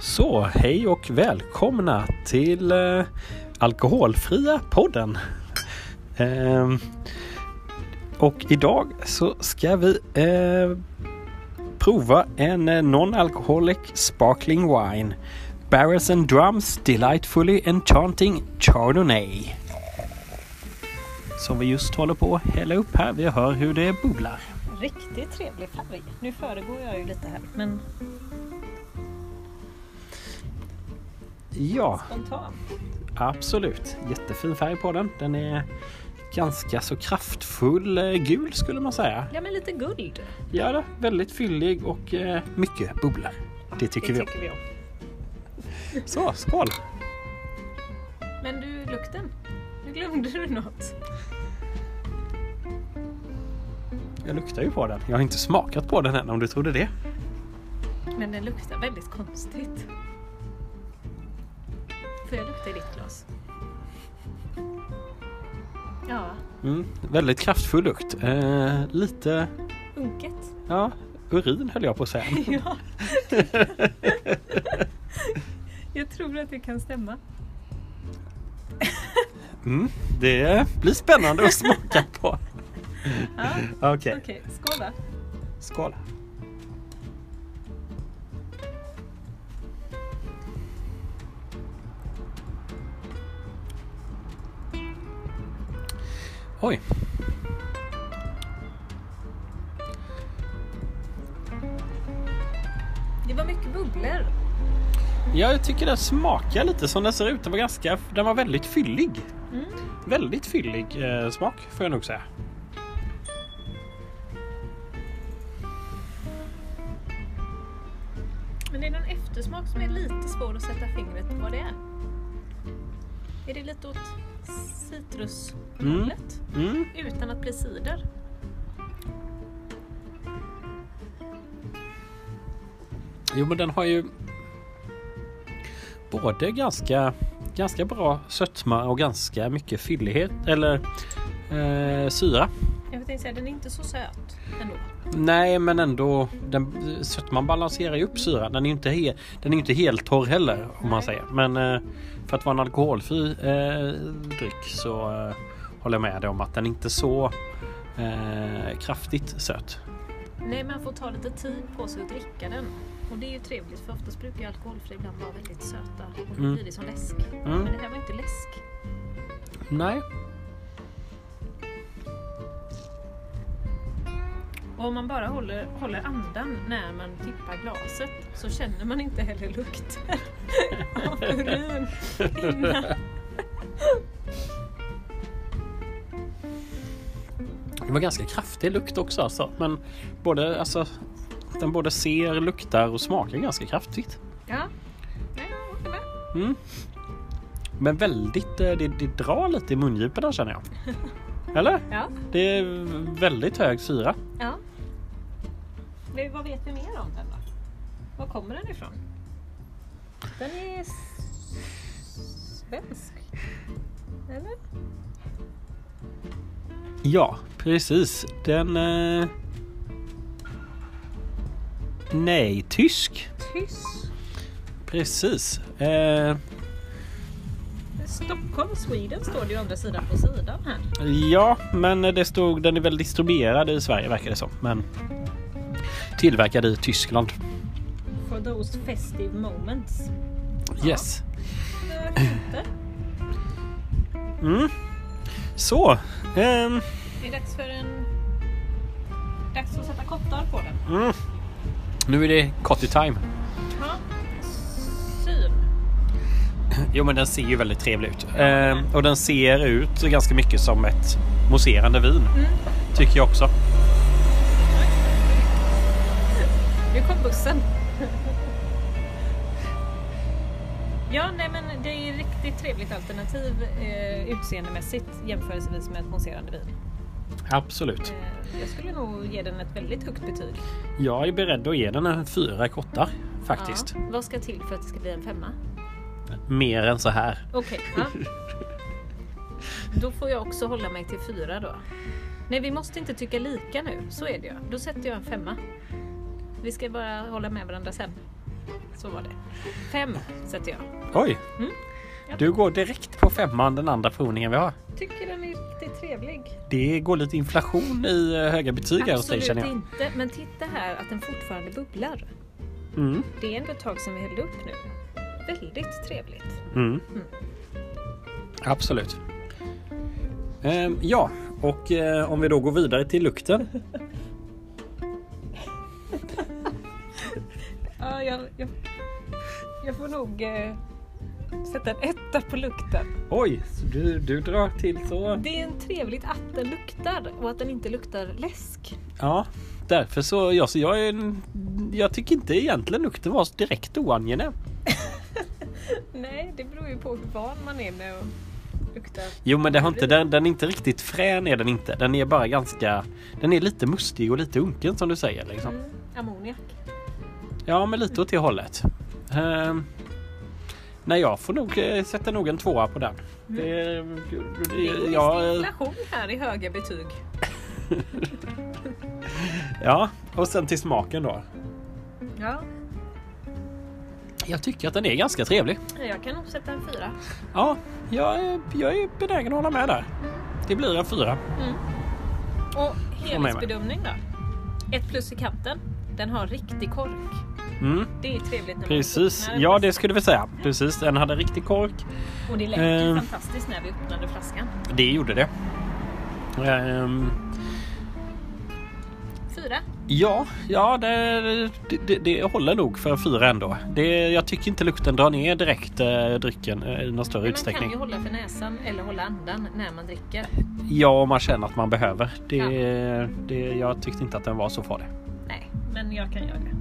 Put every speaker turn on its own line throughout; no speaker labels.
Så, hej och välkomna till eh, Alkoholfria podden. Ehm, och idag så ska vi eh, prova en eh, non-alcoholic sparkling wine. Barrels and Drums Delightfully Enchanting Chardonnay. Som vi just håller på att hälla upp här. Vi hör hur det bubblar.
Riktigt trevlig färg. Nu föregår jag ju lite här, men
Ja.
spontant.
Absolut, jättefin färg på den. Den är ganska så kraftfull eh, gul skulle man säga.
Ja, men lite guld.
Ja, det är väldigt fyllig och eh, mycket bubblor. Det tycker vi om.
vi om.
Så, skål!
Men du, lukten. Nu glömde du något.
Jag luktar ju på den. Jag har inte smakat på den än om du trodde det.
Men den luktar väldigt konstigt. Får jag lukta i ditt glas? Ja,
Mm, väldigt kraftfull lukt. Eh, lite,
unket.
ja, urin höll jag på att säga.
ja. jag tror att det kan stämma.
Mm, det blir spännande att smaka på.
Ja,
Okej,
Okej, skål då.
skål! Oj.
Det var mycket bubblor.
Ja, jag tycker den smakar lite som den ser ut. Den var, ganska, den var väldigt fyllig.
Mm.
Väldigt fyllig eh, smak får jag nog säga.
Men det är någon eftersmak som är lite svår att sätta fingret på vad det är. Är det lite åt citrushållet?
Mm.
Utan att bli cider?
Jo, men den har ju både ganska, ganska bra sötma och ganska mycket fyllighet eller eh, syra.
Jag tänkte säga, den är inte så söt ändå.
Nej, men ändå den, sötman balanserar ju upp syran. Den är ju inte, he, den är ju inte helt torr heller om man
Nej.
säger. Men eh, för att vara en alkoholfri eh, dryck så eh, håller jag med dig om att den är inte så eh, kraftigt söt.
Nej, man får ta lite tid på sig att dricka den. Och det är ju trevligt för oftast brukar ju alkoholfri ibland vara väldigt söta och då
Mm.
blir det som läsk.
Mm.
Men det här var inte läsk.
Nej.
Och om man bara håller, håller andan när man tippar glaset så känner man inte heller lukten av urin innan.
Det var ganska kraftig lukt också alltså. Men både, alltså, den både ser, luktar och smakar ganska kraftigt.
Ja. Nej, jag håller med.
Mm. Men väldigt, eh, det, det drar lite i mungiporna känner jag. Eller?
Ja.
Det är väldigt hög syra.
ja. Men vad vet vi mer om den då? Var kommer den ifrån? Den är s- svensk. Eller?
Ja, precis. Den... Eh... Nej, tysk.
Tysk.
Precis. Eh,
Stockholm, Sweden står det ju å andra sidan på sidan här.
ja, men det stod, den är väl distribuerad i Sverige verkar det som. Men tillverkad i Tyskland.
For those festive moments.
Yes.
Det var inte.
Mm. Så. ehm,
Det är dags för en... Dags att sätta kottar på den.
mm. Nu är det cotty time.
Ja. Syn.
Jo men den ser ju väldigt trevlig ut. Ehm, och den ser ut ganska mycket som ett mousserande vin.
Mm.
Tycker jag också.
Nu kom bussen. Ja, nej men det är ett riktigt trevligt alternativ eh, utseendemässigt jämförelsevis med ett mousserande vin.
Absolut.
Eh, jag skulle nog ge den ett väldigt högt betyg.
Jag är beredd att ge den en fyra kottar faktiskt.
Ja. Vad ska till för att det ska bli en femma?
Mer än så här.
Okej, ja. Då får jag också hålla mig till fyra då. Nej, vi måste inte tycka lika nu. Så är det ju. Då sätter jag en femma. Vi ska bara hålla med varandra sen. Så var det. Fem sätter jag.
Oj!
Mm. Ja.
Du går direkt på femman, den andra provningen vi har.
Tycker den är riktigt trevlig.
Det går lite inflation i eh, höga betyg här hos dig känner
Absolut
jag.
inte. Men titta här att den fortfarande bubblar.
Mm,
Det är ändå ett tag sedan vi hällde upp nu. Väldigt trevligt.
mm. Absolut. Ehm, ja, och eh, om vi då går vidare till lukten.
Ja, jag, jag, jag får nog eh, sätta en etta på lukten.
Oj, så du, du drar till så.
Det är en trevligt att den luktar och att den inte luktar läsk.
Ja, därför så, ja, så jag, är, en- jag tycker inte egentligen lukten var direkt oangenäm.
Nej, det beror ju på hur van man är med att lukta.
Jo men det har inte, den, den är inte riktigt frän är den inte. Den är bara ganska, den är lite mustig och lite unken som du säger. Liksom.
Mm, ammoniak.
Ja men lite åt det hållet. Ehm, nej jag får nog eh, sätta nog en tvåa på den. Det,
Mm. Det är
det,
visst
ja, eh,
inflation här i höga betyg.
ja, och sen till smaken då.
Ja,
Jag tycker att den är ganska trevlig.
jag kan nog sätta en fyra.
Ja, jag, är- jag är benägen att hålla med där. Det blir en fyra.
Och
med mig.
helhetsbedömning då? Ett plus i kanten. Den har riktig kork.
Mm,
Det är trevligt när
precis,
man öppnar en
ja
flaska.
det skulle vi säga. Precis, den hade riktig kork.
Och det lät ju
Eh.
fantastiskt när vi öppnade flaskan.
Det gjorde det. Ehm,
Fyra.
Ja, ja det, det, det, det håller nog för en fyra ändå. Det, jag tycker inte lukten drar ner direkt eh, drycken eh, i någon större
Men man kan
utsträckning.
ju hålla för näsan eller hålla andan när man dricker.
Ja, om man känner att man behöver. Det, det, jag tyckte inte att den var så farlig.
Nej, men jag kan göra det.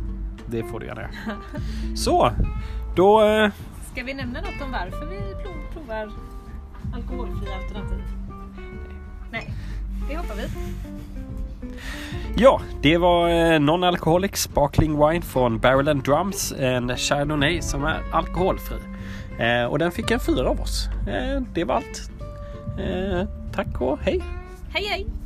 Det får du gärna göra. Så, då... eh,
Ska vi nämna något om varför vi prov- provar alkoholfria alternativ? Nej, det hoppar vi.
Ja, det var eh, Non-Alcoholic Sparkling Wine från Barrel and Drums. En Chardonnay som är alkoholfri. Eh, Och den fick en fyra av oss. Eh, Det var allt. Eh, Tack och hej!
Hej hej!